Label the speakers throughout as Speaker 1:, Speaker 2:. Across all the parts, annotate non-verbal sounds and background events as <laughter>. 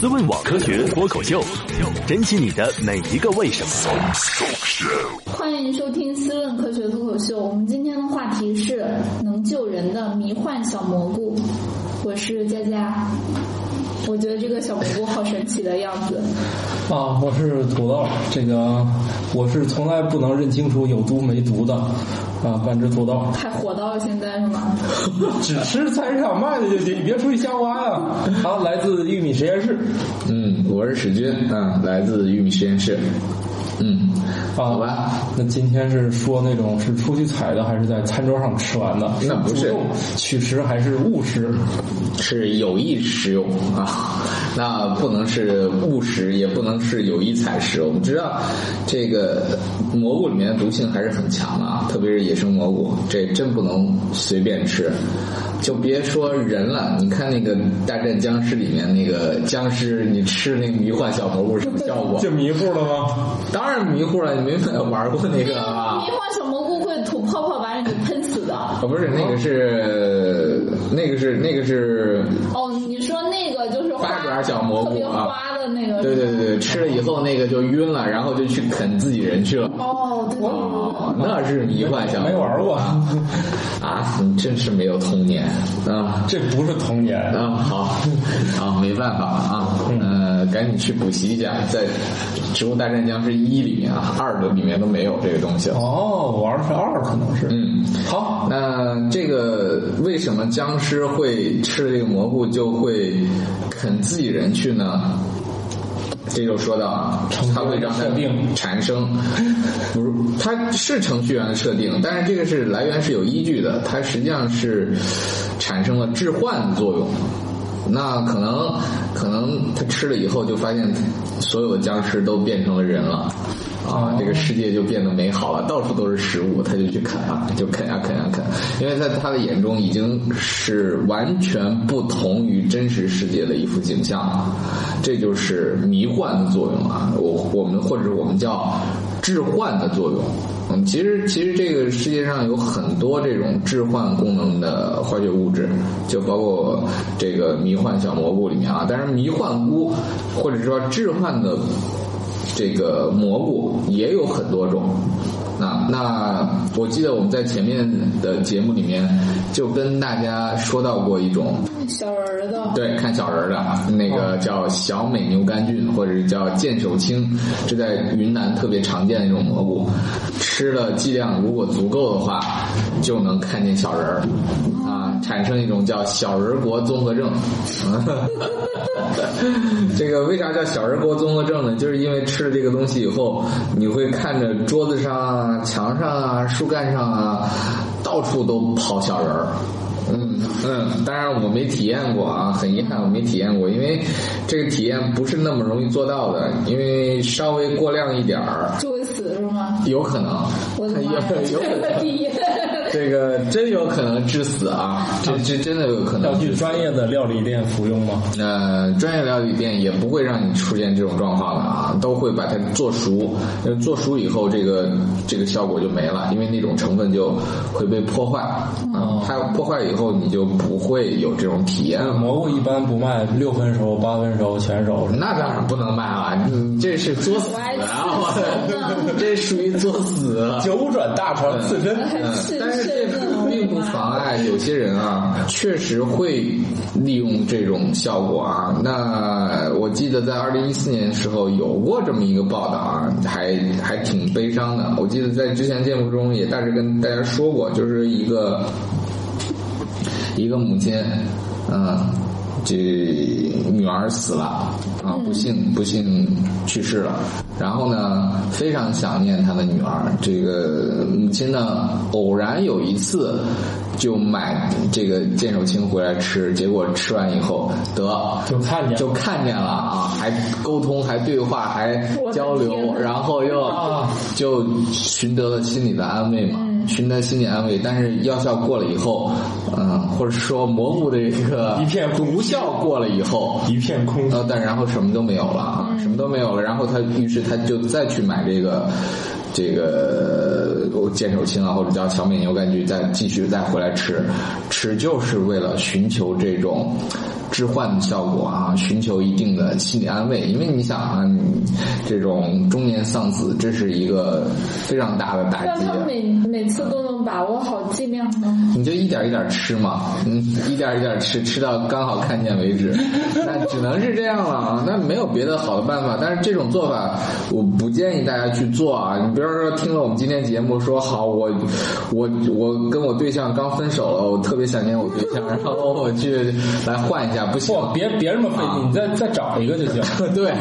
Speaker 1: 思问网科学脱口秀，珍惜你的每一个为什么。
Speaker 2: 欢迎收听《思问科学脱口秀》，我们今天的话题是能救人的迷幻小蘑菇。我是佳佳，我觉得这个小蘑菇好神奇的样子。
Speaker 3: 啊，我是土豆，这个我是从来不能认清楚有毒没毒的啊，半只土豆，
Speaker 2: 还火到了现在是吗？
Speaker 3: 只吃菜市场卖的就行，你别出去瞎挖呀。好，来自玉米实验室啊
Speaker 4: 嗯，我是史军啊，来自玉米实验室。嗯，
Speaker 3: 啊，
Speaker 4: 好吧，
Speaker 3: 那今天是说那种是出去采的，还是在餐桌上吃完的？
Speaker 4: 那不
Speaker 3: 主
Speaker 4: 是
Speaker 3: 动取食还是误食？
Speaker 4: 是有意食用啊，那不能是误食，也不能是有意采食。我们知道这个蘑菇里面的毒性还是很强的啊，特别是野生蘑菇，这真不能随便吃。就别说人了，你看那个《大战僵尸》里面那个僵尸，你吃那个迷幻小蘑菇什么效
Speaker 3: <laughs>
Speaker 4: 果？
Speaker 3: 这迷糊了吗？
Speaker 4: 当然迷糊了，你没玩过那个啊？
Speaker 2: 迷幻小蘑菇会吐泡泡把你喷死的。
Speaker 4: 哦，不是，那个是那个是那个是，
Speaker 2: 哦，你说那个就是花
Speaker 4: 八爪小蘑菇啊
Speaker 2: 特别花的那个。
Speaker 4: 对对对对，吃了以后那个就晕了，然后就去啃自己人去了。
Speaker 2: 哦，对对对
Speaker 4: 哦，那是迷幻小，
Speaker 3: 没玩过
Speaker 4: 啊！啊，你真是没有童年啊！
Speaker 3: 这不是童年
Speaker 4: 啊，好，啊，没办法啊，
Speaker 3: 嗯
Speaker 4: 呃，赶紧去补习一下，在《植物大战僵尸一》里面啊，二的里面都没有这个东西。
Speaker 3: 哦，玩的是二，可能是。
Speaker 4: 嗯，
Speaker 3: 好，
Speaker 4: 那这个为什么僵尸会吃这个蘑菇就会啃自己人去呢？这就说到啊，它会让它
Speaker 3: 程序员的设定
Speaker 4: 产生，不是，它是程序员的设定，但是这个是来源是有依据的，它实际上是产生了致幻作用。那可能可能他吃了以后就发现所有的僵尸都变成了人了。啊，这个世界就变得美好了，到处都是食物，他就去啃啊，就啃啊啃啊啃，因为在他的眼中已经是完全不同于真实世界的一幅景象了，这就是迷幻的作用啊，我我们或者我们叫致幻的作用。嗯，其实其实这个世界上有很多这种致幻功能的化学物质，就包括这个迷幻小蘑菇里面啊，当然迷幻菇或者说致幻的这个蘑菇也有很多种。那那我记得我们在前面的节目里面就跟大家说到过一种，
Speaker 2: 对，小人儿的。
Speaker 4: 对，看小人儿的那个叫小美牛肝菌，或者叫剑手青，这在云南特别常见的一种蘑菇，吃的剂量如果足够的话，就能看见小人儿，啊，产生一种叫小人国综合症。这个为啥叫小人国综合症呢？就是因为吃了这个东西以后，你会看着桌子上啊、墙上啊、树干上啊，到处都跑小人儿。嗯嗯，当然我没体验过啊，很遗憾我没体验过，因为这个体验不是那么容易做到的，因为稍微过量一点儿，
Speaker 2: 就会死是吗？
Speaker 4: 有可能，
Speaker 2: 我的妈呀！
Speaker 4: 哎有
Speaker 2: <laughs>
Speaker 4: 有可能，
Speaker 2: 第一，
Speaker 4: <laughs> 这个真有可能致死啊，这这真的有可能
Speaker 3: 要
Speaker 4: 致
Speaker 3: 去
Speaker 4: 死
Speaker 3: 专业的料理店服用吗？
Speaker 4: 呃，专业料理店也不会让你出现这种状况的啊，都会把它做熟。呃做熟以后，这个这个效果就没了，因为那种成分就会被破坏。啊，
Speaker 2: 哦
Speaker 4: 它破坏以后，你就不会有这种体验了。
Speaker 3: 蘑菇一般不卖六分熟、八分熟、全熟是吧
Speaker 4: 那当然不能卖啊，你这是作死
Speaker 2: 我
Speaker 4: 啊
Speaker 2: 还！
Speaker 4: 我这属于作死啊。
Speaker 3: 九转大肠刺身。
Speaker 2: 还 <laughs> 是
Speaker 4: 嗯但是
Speaker 2: 是
Speaker 4: 这并不妨碍有些人啊，确实会利用这种效果啊。那我记得在二零一四年的时候有过这么一个报道啊，还还挺悲伤的。我记得在之前节目中也大致跟大家说过，就是一个一个母亲，嗯，这女儿死了啊，
Speaker 2: 嗯
Speaker 4: 不幸不幸去世了。然后呢，非常想念她的女儿。这个母亲呢，偶然有一次就买这个剑手青回来吃，结果吃完以后得
Speaker 3: 就看见
Speaker 4: 就看见了啊，还沟通，还对话，还交
Speaker 2: 我的
Speaker 4: 流，
Speaker 2: 天
Speaker 4: 然后又
Speaker 3: 哦
Speaker 4: 就寻得了心理的安慰嘛，
Speaker 3: 嗯
Speaker 4: 寻得心理安慰。但是药效过了以后，嗯，或者说蘑菇的这个
Speaker 3: 一片空
Speaker 4: 毒效过了以后，
Speaker 3: 一片空
Speaker 4: 呃，但然后什么都没有了啊，什么都没有了。然后他于是他就再去买这个这个呃剑手青啊，或者叫小美牛肝菌，再继续再回来吃，吃就是为了寻求这种置换的效果啊，寻求一定的心理安慰。因为你想啊，你这种中年丧子，这是一个非常大的打
Speaker 2: 让
Speaker 4: 击、
Speaker 2: 他
Speaker 4: 啊。
Speaker 2: 每每次都能把握好剂量吗？
Speaker 4: 你就一点一点吃嘛，嗯，一点一点吃，吃到刚好看见为止， <laughs> 那只能是这样了啊，那没有别的好的办法。但是这种做法，我不建议大家去做啊。你比如说听了我们今天节目说好，我我我跟我对象刚分手了，我特别想念我对象，然后我去来换一下，不行，
Speaker 3: 不，别别这么费劲，你再再找一个就行。
Speaker 4: <laughs> 对，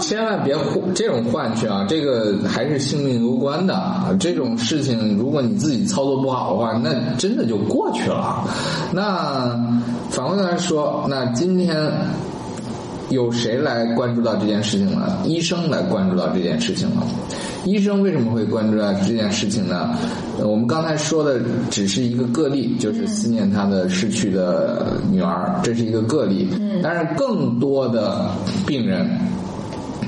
Speaker 4: 千万别互这种换去啊，这个还是性命攸关的啊。这种事情，如果你自己操作不好的话，那真的就过去了。啊那反过来说，那今天有谁来关注到这件事情了？医生来关注到这件事情了。医生为什么会关注到这件事情呢？呃我们刚才说的只是一个个例，就是思念他的逝去的女儿，这是一个个例。嗯，但是更多的病人。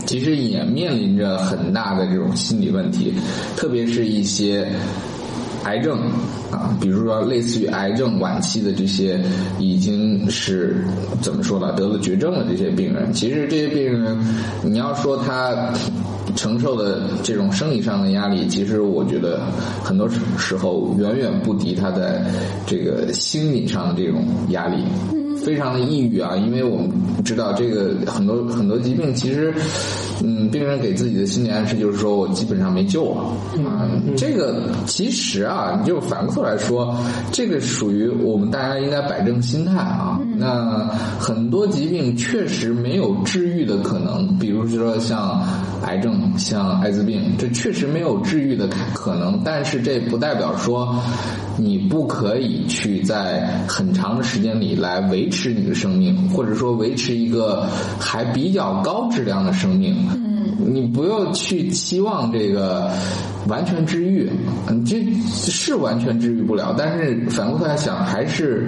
Speaker 4: 其实也面临着很大的这种心理问题，特别是一些癌症啊，比如说类似于癌症晚期的这些已经是怎么说呢，得了绝症的这些病人，其实这些病人，你要说他承受的这种生理上的压力，其实我觉得很多时候远远不敌他在这个心理上的这种压力。非常的抑郁啊，因为我们知道这个很多很多疾病，其实，嗯，病人给自己的心理暗示就是说我基本上没救了啊、这个其实啊，你就反过来说，这个属于我们大家应该摆正心态啊。那很多疾病确实没有治愈的可能，比如说像癌症、像艾滋病，这确实没有治愈的可能，但是这不代表说你不可以去在很长的时间里来维持你的生命，或者说维持一个还比较高质量的生命。嗯，你不要去期望这个完全治愈，嗯，这是完全治愈不了，但是反过头来想，还是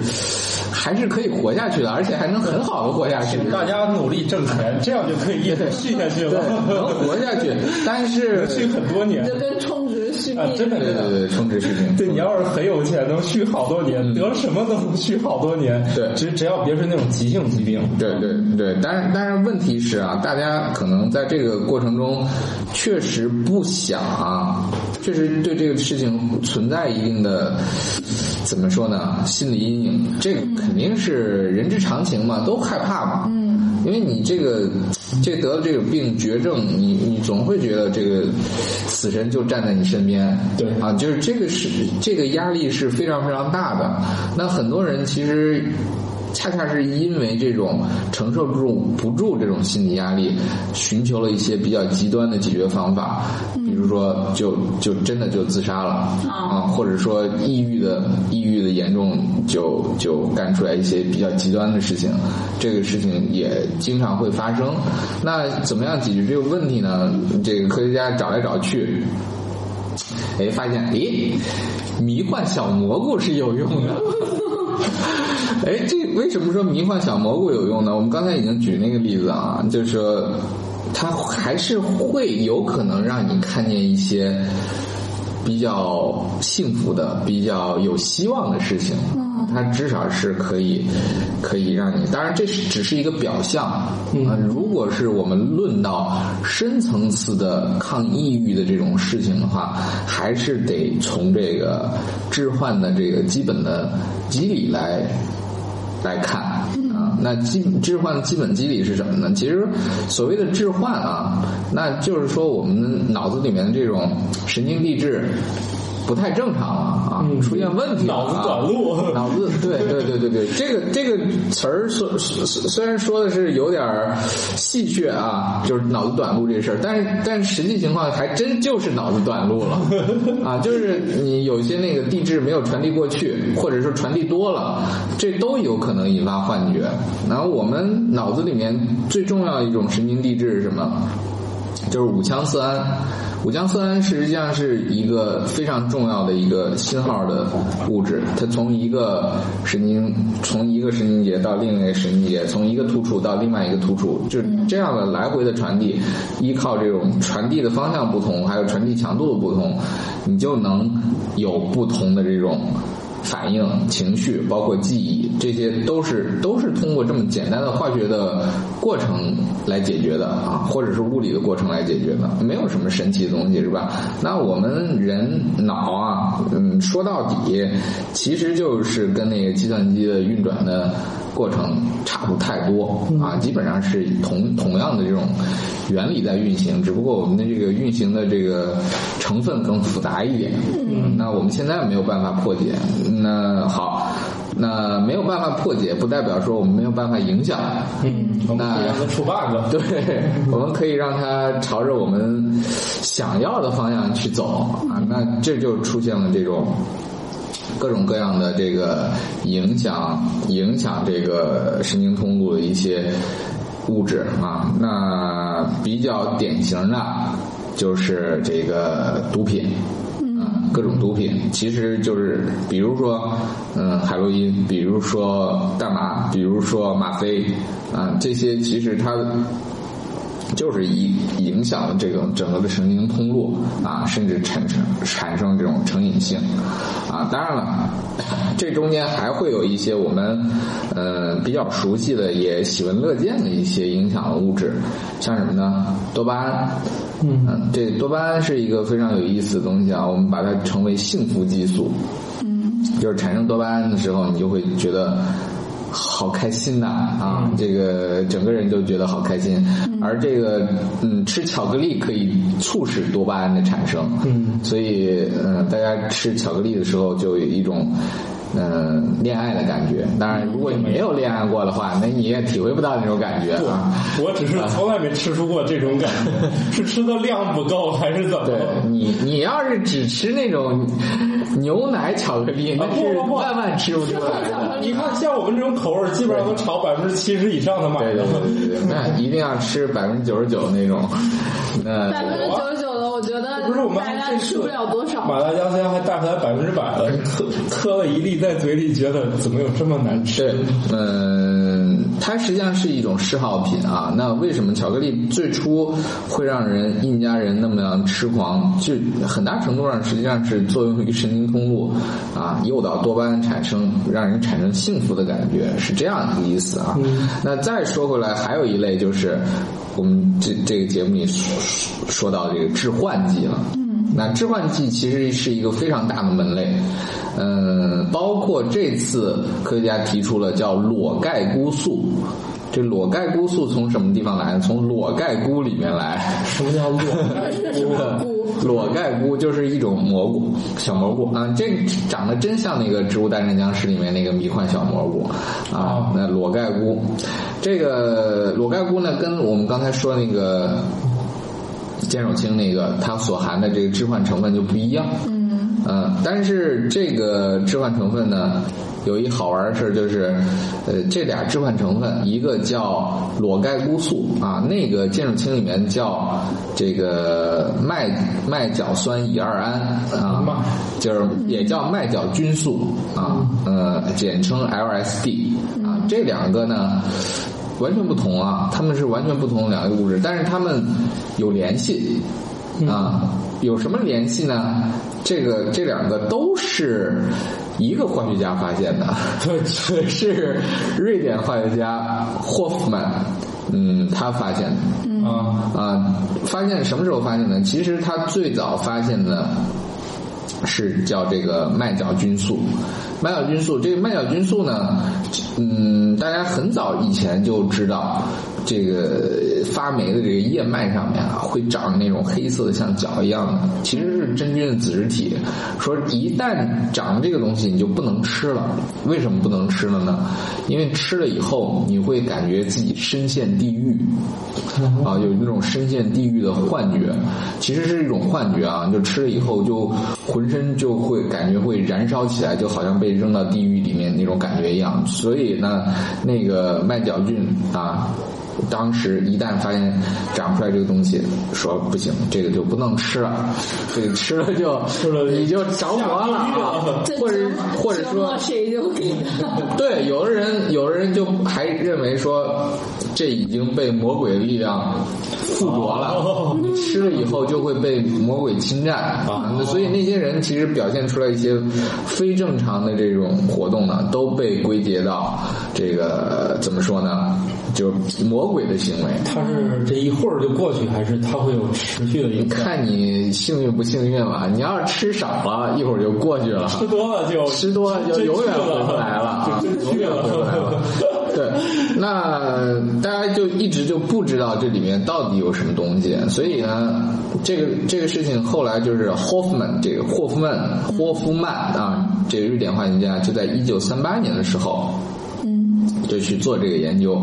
Speaker 4: 还是可以活下去的，而且还能很好的活下去。
Speaker 3: 大家努力挣钱，这样就可以一直续下去
Speaker 4: 对，
Speaker 3: 了， <laughs>
Speaker 4: 能活下去，但是
Speaker 3: 续很多年
Speaker 2: 就跟充值续
Speaker 3: 啊
Speaker 2: 命，！
Speaker 3: 真的
Speaker 4: 对
Speaker 3: 真
Speaker 4: 对
Speaker 3: 的。
Speaker 4: 对，充值视频。
Speaker 3: 对，你要是很有钱，能续好多年，得了什么都能续好多年。
Speaker 4: 嗯对
Speaker 3: 只只要别是那种急性疾病。
Speaker 4: 对对对，但是但是问题是啊，大家可能在这个过程中确实不想啊，确实对这个事情存在一定的怎么说呢心理阴影，这个肯定是人之常情嘛，都害怕嘛。嗯，因为你这个这得了这个病绝症，你你总会觉得这个死神就站在你身边。
Speaker 3: 对
Speaker 4: 啊，就是这个是这个压力是非常非常大的。那很多人其实恰恰是因为这种承受不住不住这种心理压力，寻求了一些比较极端的解决方法，比如说就就真的就自杀了啊，或者说抑郁的抑郁的严重就就干出来一些比较极端的事情，这个事情也经常会发生。那怎么样解决这个问题呢？这个科学家找来找去，哎，发现诶，迷幻小蘑菇是有用的。 <laughs> 哎，这为什么说迷幻小蘑菇有用呢？我们刚才已经举那个例子啊，就是说它还是会有可能让你看见一些比较幸福的、比较有希望的事情。它至少是可以，可以让你。当然，这是只是一个表象啊、如果是我们论到深层次的抗抑郁的这种事情的话，还是得从这个置换的这个基本的机理来来看啊。那基置换的基本机理是什么呢？其实所谓的置换啊，那就是说我们脑子里面的这种神经递质不太正常了啊，出现问题了啊
Speaker 3: 脑子短路
Speaker 4: 脑子对对对对对，这个这个词儿虽虽虽然说的是有点儿戏谑啊，就是脑子短路这事儿，但是但实际情况还真就是脑子短路 <laughs> 了啊，就是你有些那个地质没有传递过去，或者说传递多了，这都有可能引发幻觉。然后我们脑子里面最重要的一种神经递质是什么？就是五羟色胺。五羟色胺实际上是一个非常重要的一个信号的物质，它从一个神经从一个神经节到另一个神经节，从一个突触到另外一个突触，就是这样的来回的传递，依靠这种传递的方向不同，还有传递强度的不同，你就能有不同的这种反应、情绪，包括记忆，这些都是都是通过这么简单的化学的过程来解决的啊，或者是物理的过程来解决的，没有什么神奇的东西是吧？那我们人脑啊，嗯，说到底，其实就是跟那个计算机的运转的过程差不太多啊，基本上是同同样的这种原理在运行，只不过我们的这个运行的这个成分更复杂一点。嗯，那我们现在没有办法破解。那好，那没有办法破解，不代表说我们没有办法影响。 <laughs>
Speaker 3: 嗯，我们可以让它出 bug。
Speaker 4: 对，我们可以让它朝着我们想要的方向去走啊。那这就出现了这种各种各样的这个影响影响这个神经通路的一些物质啊。那比较典型的就是这个毒品。嗯，各种毒品其实就是，比如说，嗯，海洛因，比如说大麻，比如说吗啡，啊，这些其实它就是影影响了这种整个的神经通路啊，甚至产生产生这种成瘾性啊。当然了， <laughs> 这中间还会有一些我们呃比较熟悉的，也喜闻乐见的一些影响的物质，像什么呢？多巴胺。
Speaker 3: 嗯，
Speaker 4: 嗯，这多巴胺是一个非常有意思的东西啊，我们把它称为幸福激素。
Speaker 2: 嗯
Speaker 4: 就是产生多巴胺的时候，你就会觉得好开心呐啊
Speaker 3: 嗯
Speaker 4: 这个整个人就觉得好开心。而这个嗯，吃巧克力可以促使多巴胺的产生，
Speaker 3: 嗯，
Speaker 4: 所以嗯、呃大家吃巧克力的时候就有一种。嗯，恋爱的感觉。当然，如果你没有恋爱过的话，那你也体会不到那种感觉啊。
Speaker 3: 我只是从来没吃出过这种感
Speaker 4: <laughs>
Speaker 3: 觉，是吃的量不够还是怎么？
Speaker 4: 对你，你要是只吃那种牛奶巧克力，那
Speaker 3: 啊不
Speaker 4: 是
Speaker 3: 不不
Speaker 4: 万万吃不出来的。
Speaker 3: 你看，像我们这种口味儿，基本上都朝百分之七十以上的买
Speaker 4: 对
Speaker 3: 的
Speaker 4: 对。对对对，那一定要吃百分之九十九那种。那
Speaker 2: 百分之九十九的，我觉得
Speaker 3: 不是我们
Speaker 2: 大
Speaker 3: 还
Speaker 2: 家
Speaker 3: 这
Speaker 2: 吃
Speaker 3: 次
Speaker 2: 不了多
Speaker 3: 马
Speaker 2: 少。
Speaker 3: 达加斯加还带回来百分之百的，磕磕了一粒在嘴里，觉得怎么有这么难吃？
Speaker 4: 是，嗯，它实际上是一种嗜好品啊。那为什么巧克力最初会让人印加人那么样痴狂？就很大程度上实际上是作用于神经通路啊，诱导多巴胺产生，让人产生幸福的感觉，是这样一个意思啊。那再说回来，还有一类就是我们这这个节目里说说到这个致幻剂了。那致幻剂其实是一个非常大的门类，嗯，包括这次科学家提出了叫裸盖菇素。这裸盖菇素从什么地方来呢？从裸盖菇里面来。
Speaker 3: 什么叫落？
Speaker 4: 裸盖菇就是一种蘑菇，小蘑菇啊，这长得真像那个《植物大战僵尸》里面那个迷幻小蘑菇啊
Speaker 3: 哦。
Speaker 4: 那裸盖菇，这个裸盖菇呢，跟我们刚才说那个肩手青那个它所含的这个致幻成分就不一样。
Speaker 2: 嗯
Speaker 4: 嗯，但是这个置换成分呢，有一好玩的事儿就是，呃，这俩置换成分，一个叫裸盖菇素啊，那个建筑氢里面叫这个麦麦角酸乙二胺啊
Speaker 3: 妈，
Speaker 4: 就是也叫麦角菌素啊，呃，简称 LSD 啊，这两个呢。完全不同啊，它们是完全不同的两个物质，但是它们有联系，啊，有什么联系呢？这个这两个都是一个化学家发现的， <laughs>
Speaker 3: 对，
Speaker 4: 是瑞典化学家霍夫曼，嗯，他发现的。
Speaker 3: <laughs> 啊，
Speaker 4: 啊，发现什么时候发现呢？其实他最早发现的是叫这个麦角菌素。麦角菌素，这个麦角菌素呢，嗯，大家很早以前就知道，这个发霉的这个叶脉上面啊，会长那种黑色的像角一样的，其实是真菌的子实体。说一旦长这个东西，你就不能吃了。为什么不能吃了呢？因为吃了以后，你会感觉自己深陷地狱。
Speaker 3: 嗯
Speaker 4: 啊，有那种深陷地狱的幻觉，其实是一种幻觉啊，你就吃了以后就浑身就会感觉会燃烧起来，就好像被扔到地狱里面那种感觉一样。所以呢，那个麦角菌啊，当时一旦发现长不出来这个东西，说不行，这个就不能吃了，这个吃了就
Speaker 3: 吃了
Speaker 4: 你就着魔了啊，
Speaker 2: 这
Speaker 4: 或者
Speaker 2: 折磨
Speaker 4: 或者
Speaker 2: 折
Speaker 4: 说
Speaker 2: 磨谁就给他。
Speaker 4: 对，有的人有的人就还认为说，这已经被魔鬼的力量附着了，你吃了以后就会被魔鬼侵占啊。所以那些人其实表现出来一些非正常的这种活动呢，都被归结到这个怎么说呢，就魔鬼的行为。
Speaker 3: 它是这一会儿就过去，还是它会有持续的影响？
Speaker 4: 看你幸运不幸运吧，你要是吃少了，一会儿就过去了。
Speaker 3: 吃多了就
Speaker 4: 吃多了就永远回不来了啊，
Speaker 3: 真
Speaker 4: 永
Speaker 3: 去
Speaker 4: 远
Speaker 3: 了
Speaker 4: 回不来了。对，那大家就一直就不知道这里面到底有什么东西，所以呢，这个这个事情后来就是 Hoffman 这个霍夫曼霍夫曼啊，这个瑞典化学家就在一九三八年的时候，
Speaker 2: 嗯
Speaker 4: 就去做这个研究。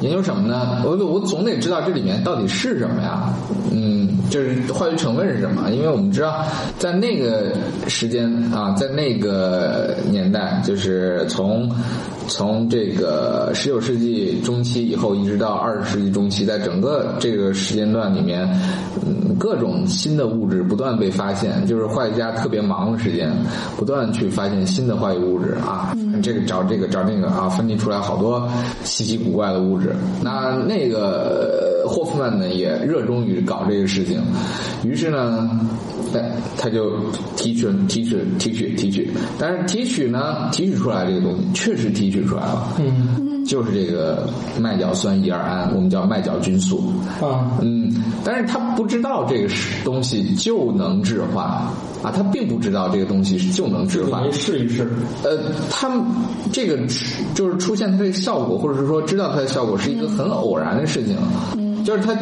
Speaker 4: 研究什么呢？我我总得知道这里面到底是什么呀？嗯，就是化学成分是什么？因为我们知道，在那个时间啊，在那个年代，就是从从这个十九世纪中期以后，一直到二十世纪中期，在整个这个时间段里面，嗯，各种新的物质不断被发现，就是化学家特别忙的时间，不断去发现新的化学物质啊，这个找这个找那个啊，分离出来好多稀奇古怪的物质。那那个呃霍夫曼呢，也热衷于搞这个事情，于是呢，哎，他就提取提取提取提取，但是提取呢，提取出来这个东西确实提取出来了，
Speaker 3: 嗯
Speaker 4: 就是这个麦角酸乙二胺，我们叫麦角菌素。
Speaker 3: 啊，
Speaker 4: 嗯，但是他不知道这个是东西就能致幻啊，他并不知道这个东西是就能致
Speaker 3: 就
Speaker 4: 幻
Speaker 3: 没。试一试，
Speaker 4: 呃，他们这个就是出现它这个效果，或者是说知道它的效果，是一个很偶然的事情。嗯，就是他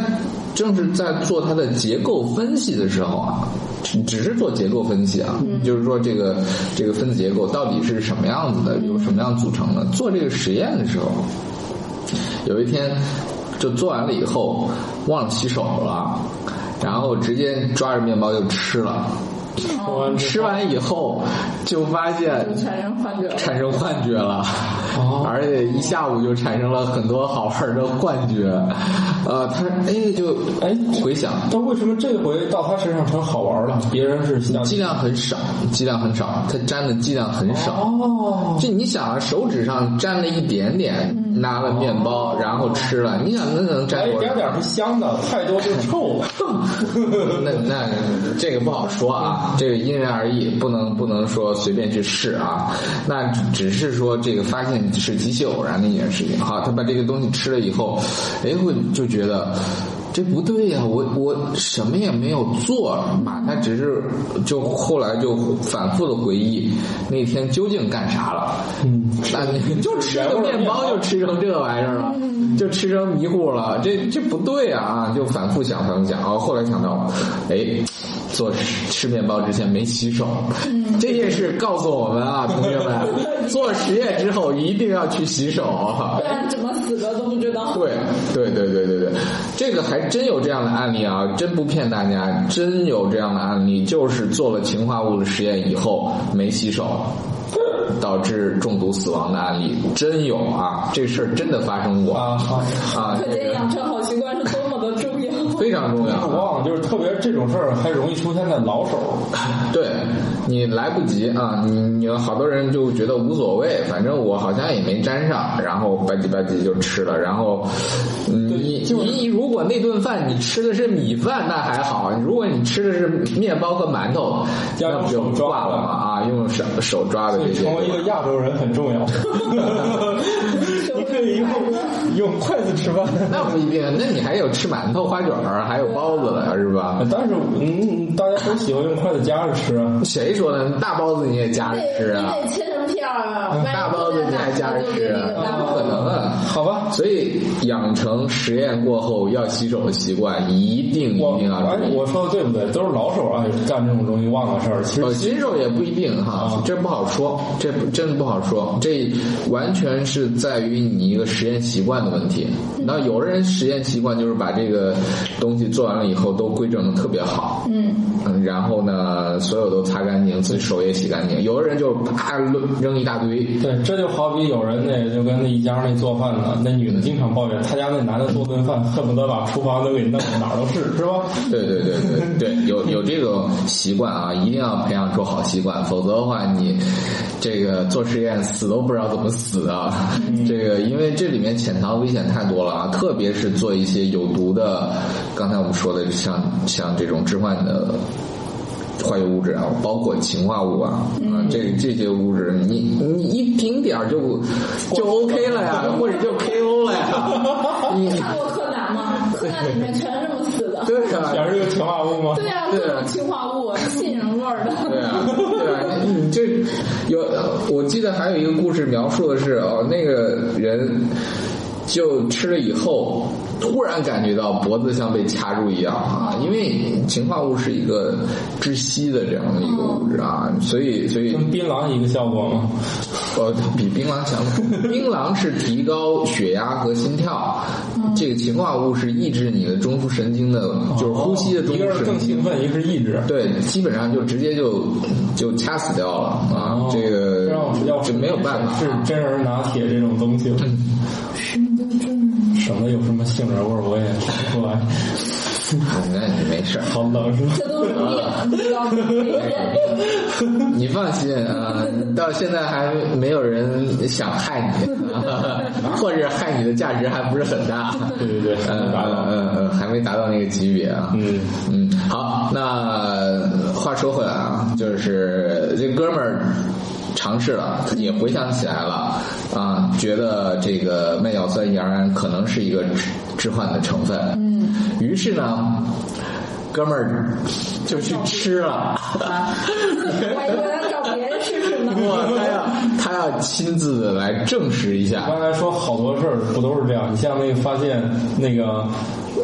Speaker 4: 正是在做它的结构分析的时候啊，只只是做结构分析啊，
Speaker 2: 嗯
Speaker 4: 就是说这个这个分子结构到底是什么样子的，
Speaker 2: 嗯
Speaker 4: 由什么样组成的。做这个实验的时候，有一天就做完了以后忘了洗手了，然后直接抓着面包就吃了。
Speaker 2: 嗯
Speaker 3: 吃完
Speaker 4: 哦吃完以后就发现
Speaker 2: 就全是患者。
Speaker 4: 产生幻觉了，
Speaker 3: 哦
Speaker 4: <laughs> 而且一下午就产生了很多好玩的幻觉，呃，他哎就
Speaker 3: 哎
Speaker 4: 回想，
Speaker 3: 但为什么这回到他身上成好玩了？别人是下
Speaker 4: 剂量很少，剂量很少，它沾的剂量很少。
Speaker 3: 哦，
Speaker 4: 就你想啊，手指上沾了一点
Speaker 3: 嗯
Speaker 4: 点，拿了面包，然后吃了，你想那能
Speaker 3: 来
Speaker 4: 沾
Speaker 3: 一
Speaker 4: 多少
Speaker 3: 哦哎点？点是香的，太多就臭了。 <laughs>
Speaker 4: <laughs> 那那这个不好说啊，这个因人而异，不能不能说随便去试啊。那只是说这个发现是极其偶然的一件事情哈。他把这个东西吃了以后，哎，会就觉得。这不对呀、我我什么也没有做嘛，他只是就后来就反复的回忆那天究竟干啥了，
Speaker 3: 嗯，
Speaker 4: 那你就吃个面包就吃成这玩意儿了，就吃成迷糊了，这这不对啊！就反复想，反复想。哦，后来想到，哎，做吃面包之前没洗手，这件事告诉我们啊，同学们，做实验之后一定要去洗手。
Speaker 2: 不
Speaker 4: 啊
Speaker 2: 然怎么死的都不知道。
Speaker 4: 对对对对对对，这个还真有这样的案例啊，真不骗大家，真有这样的案例，就是做了氰化物的实验以后没洗手，导致中毒死亡的案例，真有啊，这事儿真的发生过
Speaker 3: 啊啊！
Speaker 4: 啊
Speaker 2: 可，
Speaker 4: 这
Speaker 2: 见
Speaker 4: 个
Speaker 2: 养成好习惯是多么的重要。
Speaker 4: 非常重
Speaker 3: 我
Speaker 4: 要。
Speaker 3: 忘了，就是特别这种事儿还容易出现在老手。
Speaker 4: 啊对你来不及啊，你你有好多人就觉得无所谓，反正我好像也没沾上，然后吧唧吧唧就吃了，然后嗯你你如果那顿饭你吃的是米饭那还好，如果你吃的是面包和馒头，
Speaker 3: 要
Speaker 4: 那
Speaker 3: 用
Speaker 4: 不
Speaker 3: 手
Speaker 4: 就
Speaker 3: 抓
Speaker 4: 挂了嘛啊，用手手抓的
Speaker 3: 所
Speaker 4: 这
Speaker 3: 以
Speaker 4: 些
Speaker 3: 成为一个亚洲人很重
Speaker 4: <laughs>
Speaker 3: 要。你可以用用筷子吃饭。
Speaker 4: 那不一定，那你还有吃馒头、花卷儿，还有包子的是吧？
Speaker 3: 但是，嗯，大家都喜欢用筷子夹着吃啊。
Speaker 4: 谁说的？大包子你也夹着吃啊？
Speaker 2: 你得切成片儿，万一
Speaker 4: 嗯大包子你还夹着吃
Speaker 2: 就给那个
Speaker 4: 啊？
Speaker 2: 大
Speaker 4: 不
Speaker 2: 包子
Speaker 4: 可能啊！
Speaker 3: 好吧，
Speaker 4: 所以养成实验过后要洗手的习惯，一定一
Speaker 3: 我
Speaker 4: 定要
Speaker 3: 哎
Speaker 4: 注，意。
Speaker 3: 我说的对不对？都是老手爱干这种容易忘的事儿。其
Speaker 4: 呃，
Speaker 3: 实
Speaker 4: 新手也不一定哈
Speaker 3: 啊，
Speaker 4: 这不好说，这不真不好说，这完全是在于你一个实验习惯的问题。
Speaker 3: 嗯
Speaker 4: 那有的人实验习惯就是把这个东西做完了以后都规整的特别好，
Speaker 2: 嗯，
Speaker 4: 嗯，然后呢，所有都擦干净，自己手也洗干净。有的人就是啪扔扔一大堆。
Speaker 3: 对，这就好比有人那就跟那一家那做饭的，那女的经常抱怨，他家那男的做顿饭，恨不得把厨房都给弄得哪儿都是，是吧？
Speaker 4: 对对对对对，有有这种习惯啊，一定要培养出好习惯，否则的话，你这个做实验死都不知道怎么死的。这个因为这里面潜藏危险太多了啊，特别是做一些有毒的，刚才我们说的像像这种置换的。化学物质啊，包括氰化物啊，啊，这这些物质，你你一丁点儿就就 OK 了呀，或者就 KO 了
Speaker 2: <laughs>
Speaker 4: 呀，你
Speaker 2: 看过柯南吗？柯南里面全是这么死的。
Speaker 4: 对啊，
Speaker 3: 也是用氰化物吗？
Speaker 2: 对啊，
Speaker 4: 对
Speaker 2: 各种氰化物，杏仁味儿的。
Speaker 4: 对啊，对啊，你这有，我记得还有一个故事描述的是哦，那个人就吃了以后，突然感觉到脖子像被掐住一样啊，因为氰化物是一个窒息的这样的一个物质啊，所以所以
Speaker 3: 跟槟榔一个效果吗？
Speaker 4: 呃，比槟榔强。 <laughs> 槟榔是提高血压和心跳，这个氰化物是抑制你的中枢神经的，就是呼吸的中
Speaker 3: 哦一个
Speaker 4: 枢
Speaker 3: 是
Speaker 4: 神
Speaker 3: 更
Speaker 4: 经。
Speaker 3: 兴奋，一个是抑制。
Speaker 4: 对，基本上就直接就就掐死掉了啊！
Speaker 3: 哦
Speaker 4: 这个
Speaker 3: 让我要
Speaker 4: 这没有办法，嗯
Speaker 3: 是真人拿铁这种东西，
Speaker 2: 什么都真的。
Speaker 3: 省得有什么杏仁味儿，我也吃不出来。
Speaker 4: 那你没事儿， <laughs>
Speaker 3: 好冷是吧？
Speaker 2: 这都是病，不要被认定。
Speaker 4: 你放心啊，到现在还没有人想害你， <laughs> 或者害你的价值还不是很大。 <laughs>
Speaker 3: 对对对，
Speaker 4: 嗯嗯嗯嗯，还没达到那个级别啊。
Speaker 3: 嗯
Speaker 4: 嗯，好，那话说回来啊，就是这哥们儿尝试了，也回想起来了啊，觉得这个麦角酸乙胺可能是一个置置换的成分。嗯，于是呢，哥们儿就去吃了。 <laughs>
Speaker 2: 我以为要找别人试试呢。
Speaker 4: 哇，他要他要亲自的来证实一下。
Speaker 3: 刚才说好多事儿不都是这样？你像那个发现那个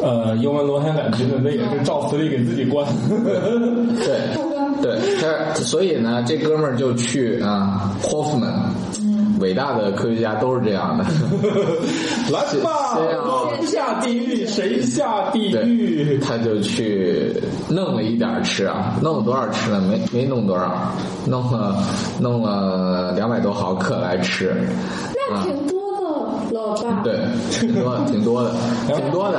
Speaker 3: 呃幽门螺旋杆菌的，那也是照死里给自己关。
Speaker 4: 对，对他，所以呢，这哥们儿就去啊，霍夫曼，伟大的科学家都是这样的。
Speaker 3: <laughs> 来吧，
Speaker 4: 谁啊
Speaker 3: 我们下地狱，谁下地
Speaker 4: 对，
Speaker 3: 狱？
Speaker 4: 他就去弄了一点儿吃啊，弄了多少吃呢？没没弄多少，弄了弄了两百多毫克来吃，
Speaker 2: 那挺多的了吧？
Speaker 4: 对，挺多 <laughs> 挺多的，挺多的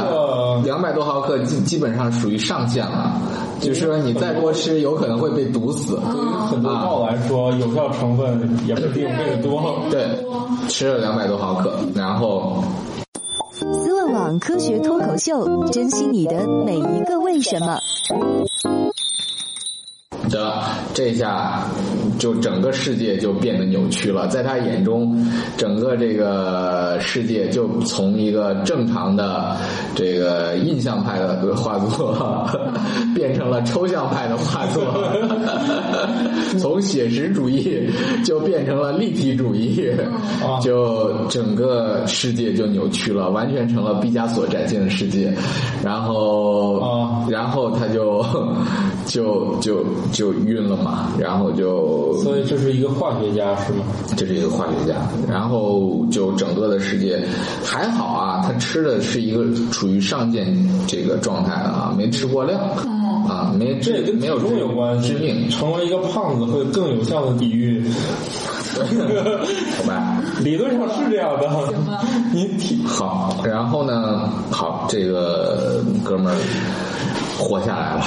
Speaker 3: 200，
Speaker 4: 两百多毫克基基本上属于上限了，就是说你再多吃有可能会被毒死。
Speaker 2: 哦
Speaker 3: 很多药来说，
Speaker 4: 啊
Speaker 3: 有效成分也不一定这个多。
Speaker 4: 对，吃了两百多毫克，然后
Speaker 5: 思问网科学脱口秀，珍惜你的每一个为什么。
Speaker 4: 得这下就整个世界就变得扭曲了，在他眼中，整个这个世界就从一个正常的这个印象派的画作，变成了抽象派的画作，从写实主义就变成了立体主义，就整个世界就扭曲了，完全成了毕加索展现的世界，然后。
Speaker 3: 啊
Speaker 4: 然后他就 <laughs> 就就就晕了嘛，然后就
Speaker 3: 所以这是一个化学家是吗？
Speaker 4: 这是一个化学家，然后就整个的世界还好啊，他吃的是一个处于上限这个状态的啊，没吃过量啊，没
Speaker 3: 这也跟
Speaker 4: 没
Speaker 3: 体
Speaker 4: 有
Speaker 3: 重有关系 <laughs>
Speaker 4: 致命，
Speaker 3: 成为一个胖子会更有效的抵御。
Speaker 4: 好吧。
Speaker 3: 理论上是这样的。 <laughs> 你体
Speaker 4: 好，然后呢，好，这个哥们儿活下来了。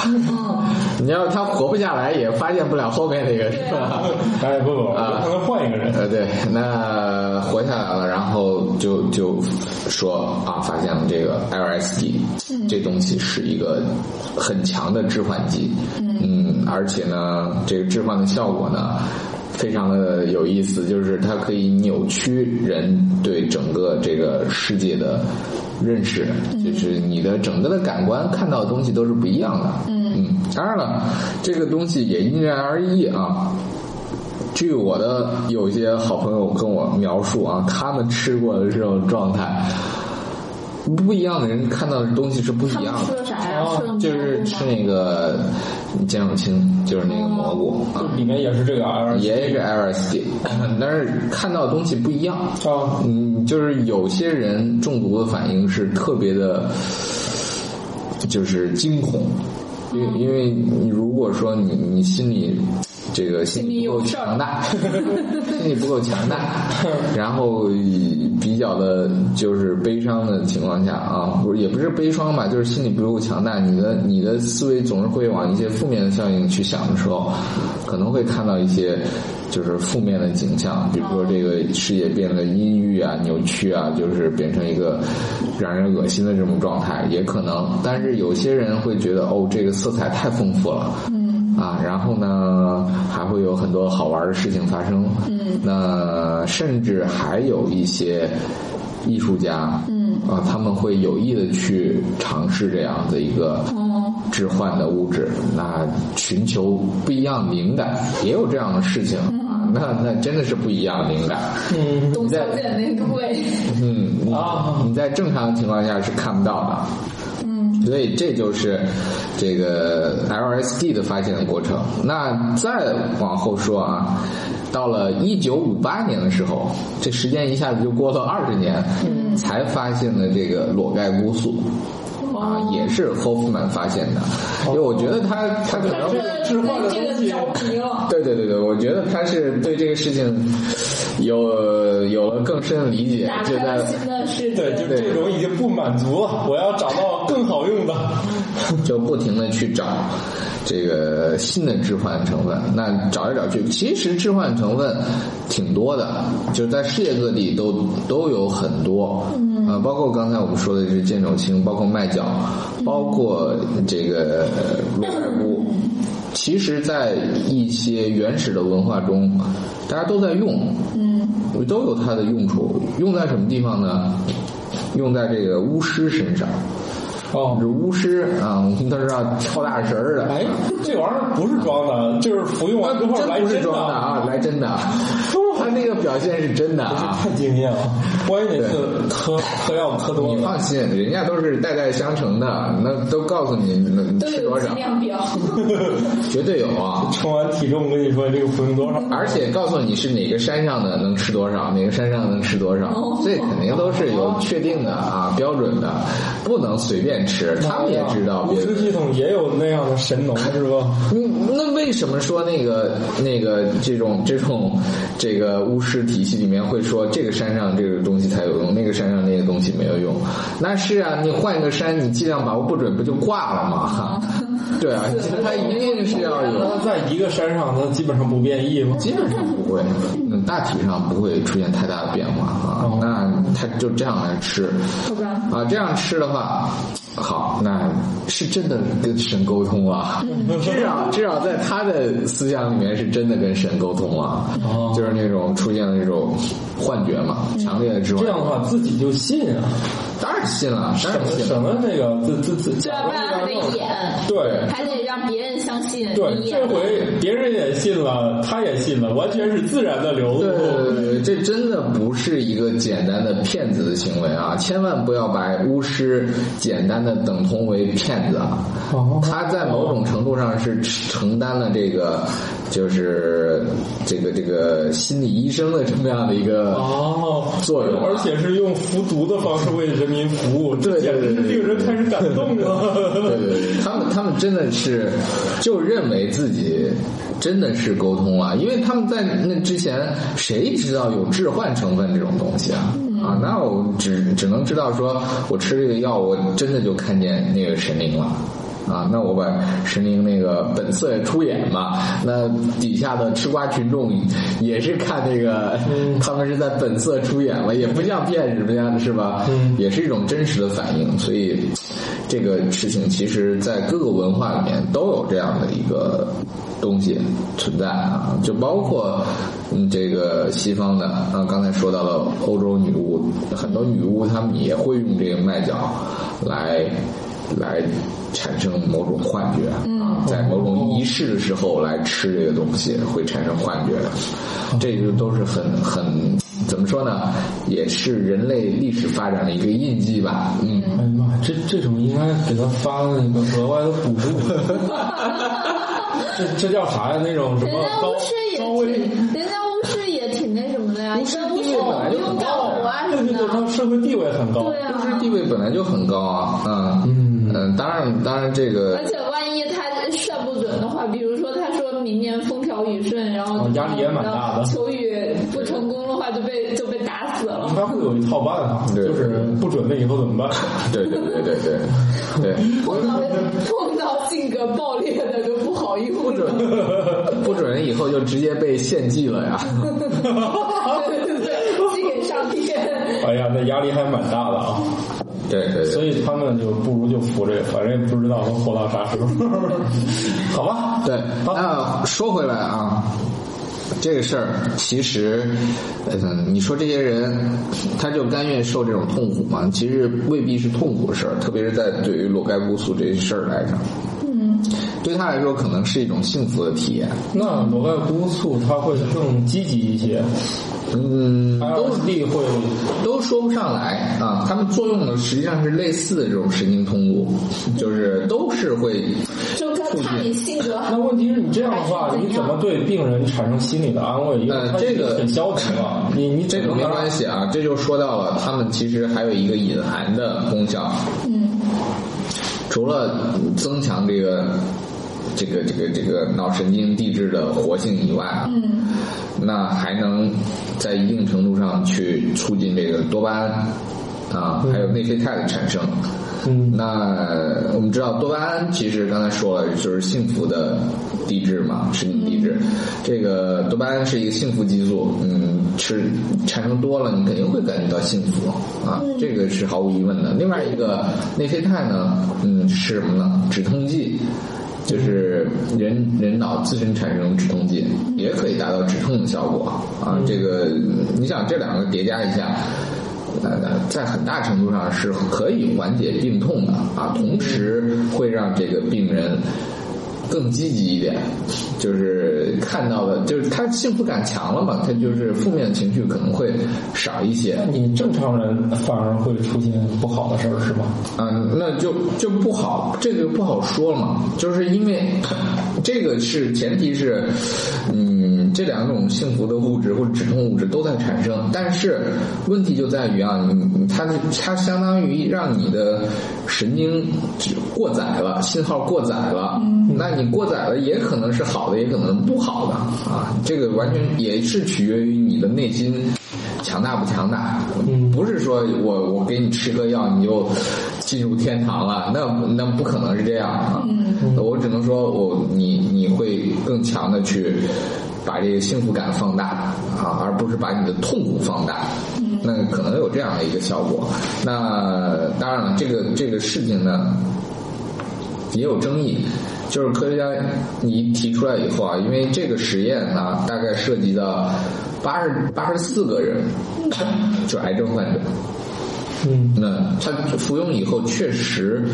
Speaker 4: 你要是他活不下来，也发现不了后面那个是吧？
Speaker 3: 哎不不，
Speaker 4: 啊
Speaker 3: 可能换一个人。
Speaker 4: 呃，对，那活下来了，然后就就说啊，发现了这个 LSD、这东西是一个很强的致幻剂，嗯，而且呢，这个致幻的效果呢。非常的有意思，就是它可以扭曲人对整个这个世界的认识，就是你的整个的感官看到的东西都是不一样的。嗯嗯，当然了，这个东西也因人而异啊。据我的有一些好朋友跟我描述啊，他们吃过的这种状态，不一样的人看到的东西是不一
Speaker 2: 他
Speaker 4: 样
Speaker 2: 们
Speaker 4: 的
Speaker 2: 吃。了啥呀？吃了蘑菇吗
Speaker 4: 就是吃那个坚乳清，就是那个蘑菇啊，
Speaker 2: 嗯
Speaker 3: 里面也是这个 R
Speaker 4: 也是 LSD，但是看到的东西不一样。
Speaker 3: 啊，
Speaker 4: 嗯，就是有些人中毒的反应是特别的，
Speaker 2: 哦
Speaker 4: 就是惊恐，因为因为你如果说你你心里这个心
Speaker 2: 心里
Speaker 4: 理不
Speaker 2: 有
Speaker 4: 够
Speaker 2: 事儿
Speaker 4: 强大，心理不够强大，然后比较的就是悲伤的情况下啊，不是也不是悲伤吧，就是心理不够强大，你的你的思维总是会往一些负面的效应去想的时候，可能会看到一些就是负面的景象，比如说这个视野变得阴郁啊、扭曲啊，就是变成一个让人恶心的这种状态，也可能。但是有些人会觉得哦，这个色彩太丰富了，嗯啊，然后呢还会有很多好玩的事情发生，嗯，那甚至还有一些。艺术家，嗯啊，他们会有意的去尝试这样的一个置换的物质，那寻求不一样灵感，也有这样的事情，啊那那真的是不一样灵感。
Speaker 3: 嗯
Speaker 2: 董小姐那个味，
Speaker 4: 嗯，你
Speaker 3: 啊
Speaker 4: 你在正常的情况下是看不到的。嗯，所以这就是这个 LSD 的发现的过程。那再往后说啊，到了一九五八年的时候，这时间一下子就过了二十年，
Speaker 2: 嗯
Speaker 4: 才发现的这个裸盖菇素。啊，
Speaker 2: 哦
Speaker 4: 也是 Hoffman 发现的，因为我觉得他他可能
Speaker 2: 这个这个着迷了。
Speaker 4: 对对对对，我觉得他是对这个事情有有了更深的理解
Speaker 2: 打，
Speaker 4: 就
Speaker 2: 开
Speaker 4: 在
Speaker 2: 了新的世
Speaker 3: 对，
Speaker 2: 界，
Speaker 3: 就这种已经不满足了，我要找到更好用的。
Speaker 4: 就不停的去找这个新的置换成分。那找来找去，其实置换成分挺多的，就是在世界各地都都有很多。嗯，啊，包括刚才我们说的这剑肘青，包括麦角，包括这 <coughs> 个洛尔乌。其实，在一些原始的文化中，大家都在用，嗯，都有它的用处。用在什么地方呢？用在这个巫师身上。
Speaker 3: 哦
Speaker 4: 是，巫师啊，我们都知道跳大神儿的，
Speaker 3: 哎，这玩意儿不是装的，就是服用完之后来
Speaker 4: 真不是
Speaker 3: 真
Speaker 4: 装的
Speaker 3: 的。
Speaker 4: 啊，来真的啊，他那个表现是真的啊 <laughs>
Speaker 3: 太。惊艳了！我也每次嗑嗑药嗑多了 <laughs>
Speaker 4: 你放，心，人家都是代代相承的，那都告诉你能
Speaker 2: 都
Speaker 4: 吃
Speaker 2: 有
Speaker 4: 多
Speaker 2: 计
Speaker 4: 少，
Speaker 2: 量表，
Speaker 4: 绝对有啊！
Speaker 3: 称完体重跟你说这个服用多少，
Speaker 4: 而且告诉你是哪个山上的能吃多少，哪个山上能吃多少
Speaker 2: 哦，
Speaker 4: 这肯定都是有确定的啊标准的，不能随便吃。他们也知道，
Speaker 3: 巫
Speaker 4: 别
Speaker 3: 师系统也有那样的神农是吧？
Speaker 4: 嗯，那为什么说那个那个这种这种这个巫师体系里面会说这个山上这个东西才有用，那个山上那个东西没有用？那是啊，你换一个山，你剂量把握不准，不就挂了吗？ <laughs> 对啊，它一定是要有，
Speaker 3: 它在一个山上，它基本上不变异嘛。
Speaker 4: 基本上不会，嗯，大体上不会出现太大的变化啊
Speaker 3: 哦。
Speaker 4: 那它就这样来吃，
Speaker 2: 好吧？
Speaker 4: 啊，这样吃的话，好，那是真的跟神沟通了。至少至少在他的思想里面是真的跟神沟通了，
Speaker 3: 哦嗯
Speaker 4: 就是那种出现了那种幻觉嘛，强烈的之外
Speaker 3: 这，样的话自己就信啊，
Speaker 4: 当然信了，当
Speaker 3: 省
Speaker 4: 然
Speaker 3: 了
Speaker 4: 信
Speaker 3: 省
Speaker 4: 了。
Speaker 3: 了那个自自自
Speaker 2: 这万万得演，
Speaker 3: 对
Speaker 2: 还得让别人相信
Speaker 3: 对，
Speaker 2: 你
Speaker 3: 这
Speaker 2: 演的。
Speaker 4: 啊
Speaker 3: 回别人也信了，他也信了，完全是自然的流
Speaker 4: 对
Speaker 3: 露。
Speaker 4: 对对对，这真的不是一个简单的骗子的行为啊！千万不要把巫师简单的等同为骗子啊！
Speaker 3: 哦
Speaker 4: 他在某种程度上是承担了这个，就是这个这个心理医生的这么样的一个，
Speaker 3: 哦，
Speaker 4: 作用啊
Speaker 3: 而且是用服毒的方式为人民服务，这
Speaker 4: 对对
Speaker 3: 简直
Speaker 4: 对
Speaker 3: 是令人开始感动 <laughs>
Speaker 4: 对
Speaker 3: 了。
Speaker 4: 对对，他们他们真的是就认为自己真的是沟通了，因为他们在那之前谁知道有置换成分这种东西啊？啊，那我只只能知道说我吃这个药，我真的就看见那个神灵了。啊，那我把神灵那个本色出演嘛，那底下的吃瓜群众也是看那个，他们是在本色出演嘛，也不像骗什么样的是吧？
Speaker 3: 嗯
Speaker 4: 也是一种真实的反应，所以这个事情其实，在各个文化里面都有这样的一个东西存在啊，就包括嗯这个西方的啊，刚才说到了欧洲女巫，很多女巫她们也会用这个麦角来来产生某种幻觉，嗯，在某种仪式的时候来吃这个东西会产生幻觉，这就都是很很怎么说呢，也是人类历史发展的一个印记吧，嗯。
Speaker 3: 哎呀妈，这这种应该给他发那个额外的补助。这这叫啥呀？那种什
Speaker 2: 人
Speaker 3: 么
Speaker 2: 家
Speaker 3: 高
Speaker 2: 巫师也
Speaker 3: 高危？
Speaker 2: 挺，人家巫师也挺那什么的呀，一般巫师不用干活啊
Speaker 3: 对
Speaker 2: 什么
Speaker 3: 对对，
Speaker 2: 的
Speaker 3: 他。社会地位很高
Speaker 2: 对。啊
Speaker 4: 巫，师地位本来就很高啊，啊，
Speaker 3: 嗯
Speaker 4: 嗯，当然，当然这个
Speaker 2: 而且万一他算不准的话，比如说他说说明年风调雨顺，然后
Speaker 3: 哦压力也蛮大的
Speaker 2: 求雨不成功的话就被就被打死了
Speaker 3: 应。 <laughs> 该会有一套办法，
Speaker 4: 对
Speaker 3: 就是不准备以后怎么
Speaker 4: <laughs>
Speaker 3: 办？
Speaker 4: 对对对对对对，
Speaker 2: <laughs> 碰到碰到性格暴烈的就不好用了。
Speaker 4: 不准以后就直接被献祭了呀。
Speaker 2: 对对对，寄给上天。
Speaker 3: 哎呀，那压力还蛮大的啊。
Speaker 4: 对对对
Speaker 3: 所。以他们就不如就服这个，反正也不知道能活到啥
Speaker 4: <laughs>
Speaker 3: 时候，好吧？
Speaker 4: 对，
Speaker 3: 好
Speaker 4: 那说回来啊，这个事儿其实，嗯，你说这些人他就甘愿受这种痛苦吗？其实未必是痛苦的事儿，特别是在对于裸盖姑苏这事儿来讲，
Speaker 2: 嗯，
Speaker 4: 对他来说可能是一种幸福的体验。
Speaker 3: 那裸盖姑苏它会更积极一些
Speaker 4: 嗯，
Speaker 3: 啊
Speaker 4: 都是
Speaker 3: ，LSD 会
Speaker 4: 都说不上来啊，他们作用的实际上是类似的这种神经通路，就是都是会
Speaker 2: 就看看你性格。
Speaker 3: 那问题是你这样的话，
Speaker 2: 还是怎样
Speaker 3: 你怎么对病人产生心理的安慰？因为
Speaker 4: 呃
Speaker 3: 他
Speaker 4: 这个
Speaker 3: 很消极
Speaker 4: <laughs>
Speaker 3: 啊，你你
Speaker 4: 这
Speaker 3: 怎
Speaker 4: 个
Speaker 3: 么
Speaker 4: 没
Speaker 3: 能
Speaker 4: 关系啊，这就说到了他们其实还有一个隐含的功效，
Speaker 2: 嗯，
Speaker 4: 除了增强这个这个这个这个脑神经递质的活性以外，啊
Speaker 2: 嗯，
Speaker 4: 那还能在一定程度上去促进这个多巴胺啊，还有内啡肽的产生。
Speaker 3: 嗯
Speaker 4: 那我们知道多巴胺其实刚才说了，就是幸福的递质嘛，神经递质。这个多巴胺是一个幸福激素，嗯，吃产生多了，你肯定会感觉到幸福啊，这个是毫无疑问的。另外一个内啡肽呢，嗯，是什么呢？止痛剂。就是人人脑自身产生止痛剂，也可以达到止痛的效果啊。这个你想这两个叠加一下，呃，在很大程度上是可以缓解病痛的啊，同时会让这个病人更积极一点，就是看到的，就是他幸福感强了嘛，他就是负面情绪可能会少一些。
Speaker 3: 你正常人反而会出现不好的事儿是吧？
Speaker 4: 嗯，那就就不好，这个不好说了嘛，就是因为这个是前提是，嗯，这两种幸福的物质或者止痛物质都在产生，但是问题就在于啊，你你它它相当于让你的神经过载了，信号过载了，那你过载了也可能是好的，也可能是不好的啊，这个完全也是取决于你的内心。强大不强大？
Speaker 3: 嗯
Speaker 4: 不是说我我给你吃个药你就进入天堂了，那那不可能是这样啊。我只能说我你你会更强的去把这个幸福感放大啊，而不是把你的痛苦放大。那可能有这样的一个效果。那当然了，这个这个事情呢，也有争议。就是科学家你提出来以后啊，因为这个实验啊，大概涉及到八十八十四个人，就癌症患者。 <laughs>
Speaker 3: 嗯，
Speaker 4: 那他服用以后确实，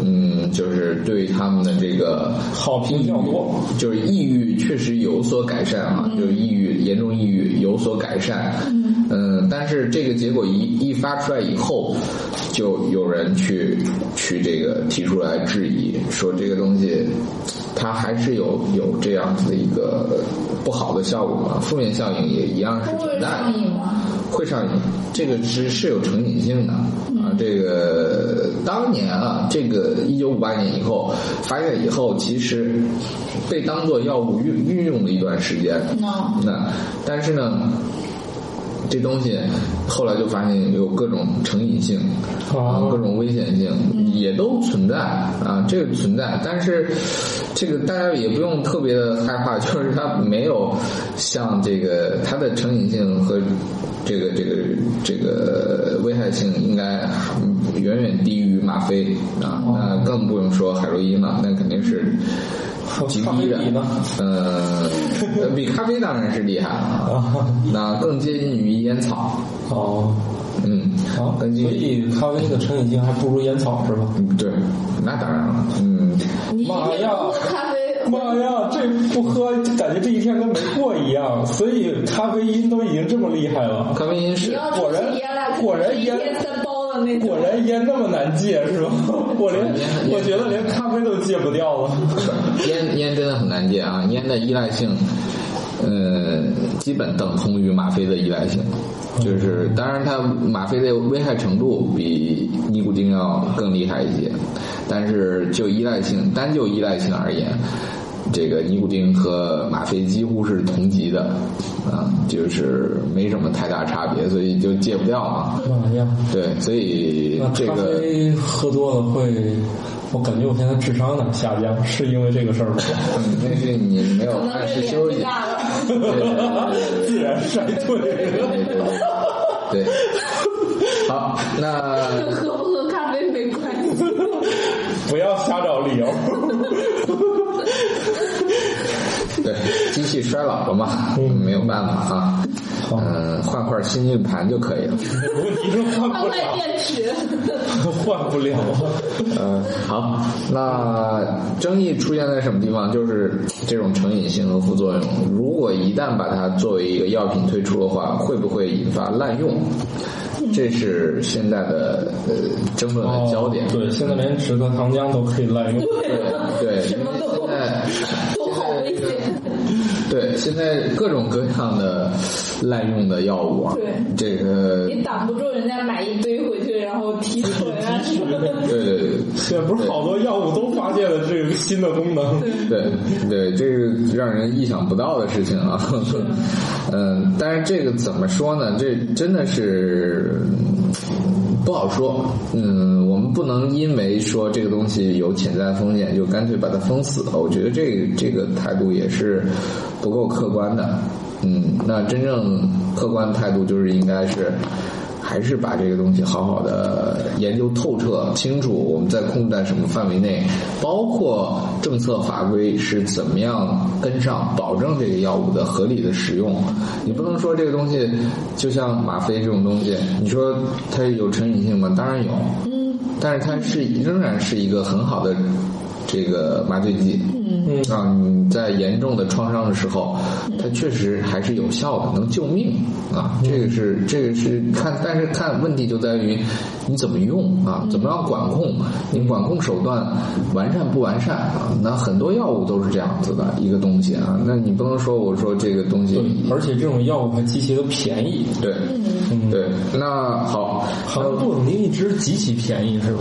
Speaker 4: 嗯，就是对他们的这个
Speaker 3: 好评较多。
Speaker 4: 就是抑郁确实有所改善啊，
Speaker 2: 嗯
Speaker 4: 就是抑郁严重抑郁有所改善。嗯，但是这个结果一一发出来以后，就有人去去这个提出来质疑，说这个东西它还是有有这样子的一个不好的效果嘛，负面效应也一样是
Speaker 2: 他会
Speaker 4: 存在
Speaker 2: 上
Speaker 4: 的。
Speaker 2: 瘾吗？
Speaker 4: 会上瘾，这个是是有成瘾性的啊。这个当年啊，这个一九五八年以后发现以后，其实被当做药物运运用了一段时间。
Speaker 2: No
Speaker 4: 那但是呢，这东西后来就发现有各种成瘾性啊
Speaker 3: 哦，
Speaker 4: 各种危险性也都存在啊，这个存在。但是这个大家也不用特别的害怕，就是它没有像这个它的成瘾性和这个这个这个危害性应该远远低于吗啡啊，那更不用说海洛因了，那肯定是。极
Speaker 3: 咖啡
Speaker 4: 低的
Speaker 3: 比呢，
Speaker 4: 呃，比咖啡当然是厉害了啊，那更接近于烟草，
Speaker 3: 哦，
Speaker 4: 嗯，
Speaker 3: 好，所
Speaker 4: 根据
Speaker 3: 以咖啡的成瘾性还不如烟草是吧？
Speaker 4: 嗯，对，那当然了，嗯，
Speaker 2: 你
Speaker 3: 妈呀
Speaker 2: 喝咖
Speaker 3: <laughs>
Speaker 2: 啡，
Speaker 3: 妈呀，这不喝感觉这一天跟没过一样，所以咖啡因都已经这么厉害了，
Speaker 4: 咖啡因
Speaker 2: 你
Speaker 4: 是
Speaker 2: 要出
Speaker 3: 果然
Speaker 2: 去烟了，
Speaker 3: 果然
Speaker 2: 一
Speaker 3: 烟
Speaker 2: 天三包的那种。
Speaker 3: 果然烟那么难戒是吧？ <laughs> 我连我觉得连咖啡都戒不掉 <laughs> 了。
Speaker 4: 烟烟真的很难戒啊，烟的依赖性，呃，基本等同于吗啡的依赖性，就是当然它吗啡的危害程度比尼古丁要更厉害一些，但是就依赖性单就依赖性而言，这个尼古丁和吗啡几乎是同级的，啊、就是没什么太大差别，所以就戒不掉嘛。
Speaker 3: 妈呀！
Speaker 4: 对，所以
Speaker 3: 那
Speaker 4: 这
Speaker 3: 咖
Speaker 4: 个
Speaker 3: 啡喝多了会，我感觉我现在智商在下降，是因为这个事儿吗？ <laughs>
Speaker 4: 嗯那是你没有
Speaker 2: 可能
Speaker 3: 哎
Speaker 4: 按
Speaker 2: 这
Speaker 4: 时
Speaker 2: 脸
Speaker 4: 休息
Speaker 2: 就。大了。 <laughs>
Speaker 4: 对对对对
Speaker 3: 自然衰退。
Speaker 4: 对对
Speaker 3: <laughs>
Speaker 4: 对对。好，那
Speaker 2: 跟喝不喝咖啡没关系。
Speaker 3: 不要瞎找理由。
Speaker 4: 对机器衰老了嘛，没有办法啊。
Speaker 3: 嗯好
Speaker 4: 嗯，换块新硬盘就可以了。
Speaker 3: 问题是
Speaker 2: <laughs>
Speaker 3: 换
Speaker 2: 换
Speaker 3: 不
Speaker 2: 块
Speaker 3: 了，
Speaker 2: 电池，
Speaker 3: <laughs> 换不了。
Speaker 4: 嗯，好，那争议出现在什么地方？就是这种成瘾性和副作用，如果一旦把它作为一个药品推出的话，会不会引发滥用？这是现在的呃争论的焦点。
Speaker 3: 哦对，现在连止咳糖浆都可以滥用。
Speaker 4: 对，
Speaker 2: 什么都
Speaker 4: 因为现在
Speaker 2: 都好危险。
Speaker 4: 对，现在各种各样的滥用的药物啊，
Speaker 2: 对
Speaker 4: 这个，
Speaker 2: 你挡不住人家买一堆回去，然后提取啊什么的。
Speaker 4: 对对对。
Speaker 3: 现在不是好多药物都发现了这个新的功能。
Speaker 4: 对对，这是让人意想不到的事情啊。 <laughs> 嗯，但是这个怎么说呢？这真的是嗯不好说。嗯，我们不能因为说这个东西有潜在风险，就干脆把它封死了。我觉得这个这个态度也是不够客观的。嗯，那真正客观的态度就是应该是。还是把这个东西好好的研究透彻、清楚，我们在控制在什么范围内，包括政策法规是怎么样跟上，保证这个药物的合理的使用。你不能说这个东西就像吗啡这种东西，你说它有成瘾性吗？当然有，嗯，但是它是仍然是一个很好的这个麻醉剂，
Speaker 3: 嗯
Speaker 4: 啊，你在严重的创伤的时候，它确实还是有效的，能救命啊！这个是这个是看，但是看问题就在于你怎么用啊，怎么样管控，你管控手段完善不完善啊？那很多药物都是这样子的一个东西啊，那你不能说我说这个东西
Speaker 3: 对，而且这种药物还极其的便宜，
Speaker 4: 对
Speaker 3: 嗯
Speaker 4: 对，那好，
Speaker 3: 好像杜冷丁一支极其便宜是吧？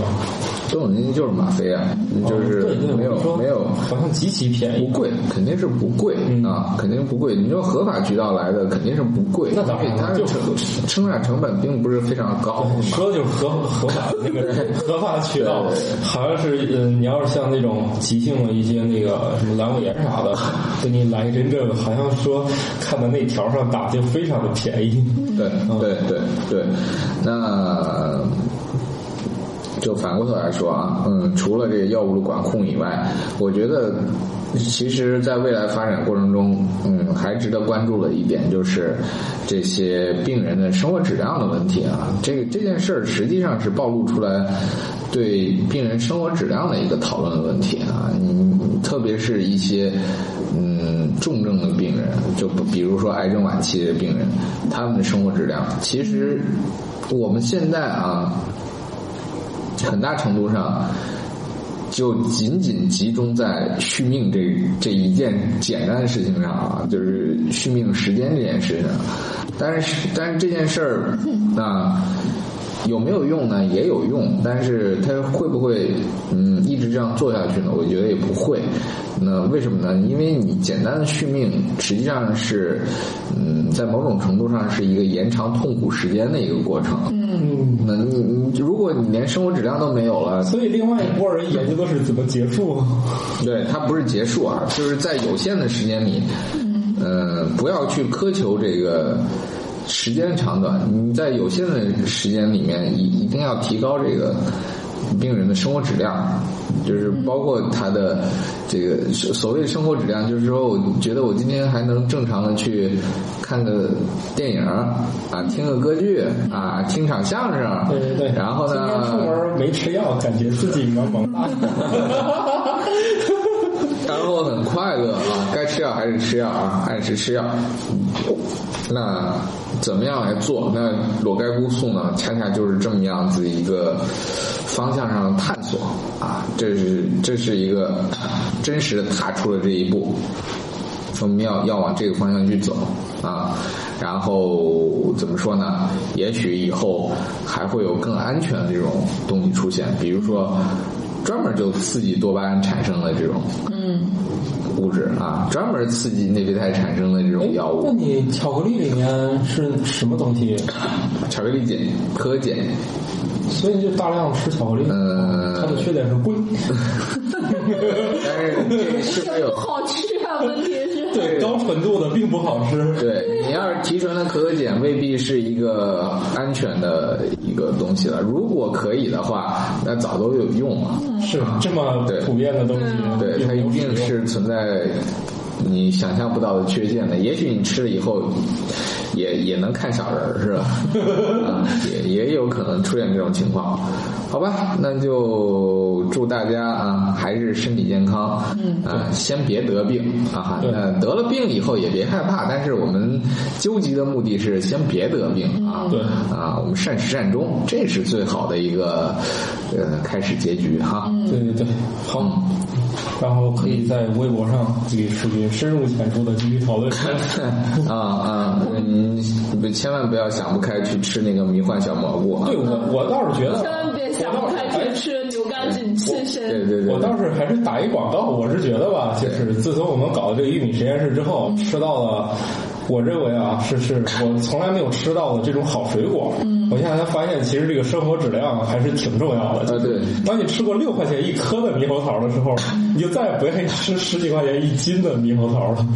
Speaker 4: 这种东西就是吗啡啊，就是
Speaker 3: 哦对对，
Speaker 4: 没有
Speaker 3: 我说
Speaker 4: 没有
Speaker 3: 好像极其便
Speaker 4: 不
Speaker 3: 宜。
Speaker 4: 贵，肯定是不贵、
Speaker 3: 嗯
Speaker 4: 啊，肯定不贵。你说合法渠道来的肯定是不贵，
Speaker 3: 那当然
Speaker 4: 因为它
Speaker 3: 了就
Speaker 4: 的成生产成本并不是非常高嘛。
Speaker 3: 哦说的就是合合法那 <laughs> 个合法渠道，好像是呃，你要是像那种急性的一些那个什么阑尾炎啥的，给你来一针这个，好像说看到那条上打就非常的便宜。
Speaker 4: 对
Speaker 3: 嗯
Speaker 4: 对对对，那就反过头来说啊，嗯，除了这个药物的管控以外，我觉得其实在未来发展过程中，嗯，还值得关注的一点就是这些病人的生活质量的问题啊。这个这件事儿实际上是暴露出来对病人生活质量的一个讨论的问题啊。你特别是一些嗯重症的病人，就不比如说癌症晚期的病人，他们的生活质量，其实我们现在啊。很大程度上就仅仅集中在续命这这一件简单的事情上啊，就是续命时间这件事情上。但是，但是这件事儿啊。有没有用呢？也有用，但是它会不会嗯一直这样做下去呢？我觉得也不会。那为什么呢？因为你简单的续命实际上是嗯在某种程度上是一个延长痛苦时间的一个过程。
Speaker 3: 嗯，
Speaker 4: 那你你如果你连生活质量都没有了，
Speaker 3: 所以另外一波人研究的是怎么结束啊。
Speaker 4: 对它不是结束啊，就是在有限的时间里，嗯、不要去苛求这个时间长短。你在有限的时间里面，一一定要提高这个病人的生活质量，就是包括他的这个所谓生活质量，就是说，我觉得我今天还能正常的去看个电影儿啊，听个歌剧啊，听场相声，
Speaker 3: 对对对，
Speaker 4: 然后呢，
Speaker 3: 今天出门没吃药，感觉自己萌萌
Speaker 4: <laughs>
Speaker 3: 哒。
Speaker 4: 然后很快乐啊，该吃药还是吃药啊，按时吃药。那怎么样来做？那裸盖姑素呢，恰恰就是这么样子一个方向上的探索啊，这是这是一个真实的踏出了这一步。我们要要往这个方向去走啊。然后怎么说呢？也许以后还会有更安全的这种东西出现，比如说专门就刺激多巴胺产生了这种
Speaker 2: 嗯，
Speaker 4: 物质啊，专门刺激内啡肽产生的这种药
Speaker 3: 那
Speaker 4: 物，
Speaker 3: 哎你巧克力里面是什么东西？
Speaker 4: 巧克力碱、可可碱，
Speaker 3: 所以就大量吃巧克力。它
Speaker 4: 呃，
Speaker 3: 的缺点是贵，
Speaker 4: 但是这个是不是
Speaker 2: 这不
Speaker 4: 有？
Speaker 2: 好吃啊，问题是。
Speaker 3: 对高纯度的并不好吃。
Speaker 4: 对你要是提纯的可可碱，未必是一个安全的一个东西了。如果可以的话，那早都有用了。
Speaker 3: 是这么
Speaker 4: 对
Speaker 3: 普遍的东西，
Speaker 4: 对，它一
Speaker 3: 并
Speaker 4: 定
Speaker 3: 不实用
Speaker 4: 是存在你想象不到的缺陷的。也许你吃了以后，也也能看小人儿，是吧？
Speaker 3: <laughs>
Speaker 4: 啊，也也有可能出现这种情况。好吧，那就祝大家啊，还是身体健康。嗯啊，先别得病啊。
Speaker 3: 对
Speaker 4: 那得了病以后也别害怕，但是我们究极的目的是先别得病啊。
Speaker 3: 嗯对
Speaker 4: 啊，我们善始善终，这是最好的一个呃开始结局哈。
Speaker 3: 对对对，好。然后可以在微博上与视频深入浅出的进行讨论。
Speaker 4: <laughs> 啊啊，嗯，你千万不要想不开去吃那个迷幻小蘑菇啊
Speaker 3: 对！我，我倒是觉得，
Speaker 2: 千万别想不开去吃牛肝菌刺
Speaker 4: 对
Speaker 2: 身，
Speaker 4: 对对
Speaker 3: 我倒是还是打一广告，我是觉得吧，就是自从我们搞了这个玉米实验室之后，吃到了。我认为啊，是是我从来没有吃到的这种好水果。嗯，我现在才发现，其实这个生活质量还是挺重要的。
Speaker 4: 啊对，
Speaker 3: 当你吃过六块钱一颗的猕猴桃的时候，你就再也不愿意吃十几块钱一斤的猕猴桃了。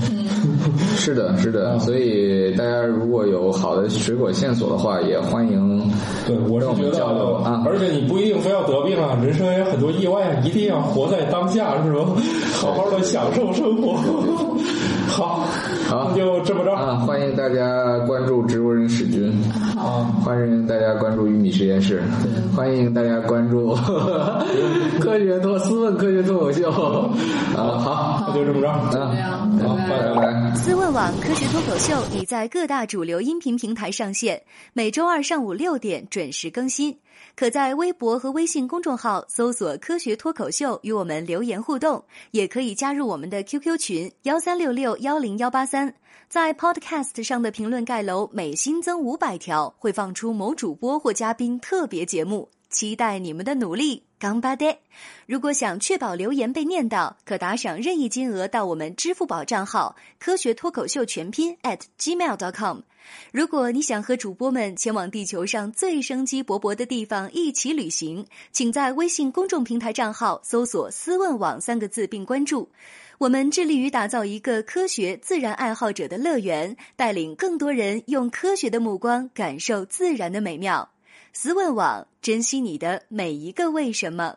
Speaker 4: 是的，是
Speaker 3: 啊
Speaker 4: 的。所以大家如果有好的水果线索的话，也欢迎
Speaker 3: 对，我是
Speaker 4: 跟我
Speaker 3: 觉得
Speaker 4: 们交流啊。
Speaker 3: 而且你不一定非要得病啊，人生也有很多意外，啊一定要活在当下，是
Speaker 4: <laughs>
Speaker 3: 吧？好好的享受生活。 <laughs> 好，
Speaker 4: 好
Speaker 3: 那就这么着
Speaker 4: 啊，欢迎大家关注植物人史君，
Speaker 3: 啊。
Speaker 4: 欢迎大家关注玉米实验室，欢迎大家
Speaker 3: <laughs>
Speaker 4: 关注科学脱思问科学脱口秀啊！好，
Speaker 3: 那就这么着，
Speaker 4: 啊，
Speaker 2: 这样拜
Speaker 3: 好，
Speaker 2: 拜。
Speaker 4: 拜拜。
Speaker 5: 思问网科学脱口秀已在各大主流音频平台上线，每周二上午六点准时更新。可在微博和微信公众号搜索“科学脱口秀”与我们留言互动，也可以加入我们的 QQ 群幺三六六幺零幺八三。在 Podcast 上的评论盖楼每新增五百条，会放出某主播或嘉宾特别节目，期待你们的努力。干巴爹！如果想确保留言被念到，可打赏任意金额到我们支付宝账号“科学脱口秀全拼 ”at gmail.com。如果你想和主播们前往地球上最生机勃勃的地方一起旅行，请在微信公众平台账号搜索“思问网”三个字并关注。我们致力于打造一个科学自然爱好者的乐园，带领更多人用科学的目光感受自然的美妙。思问网，珍惜你的每一个为什么。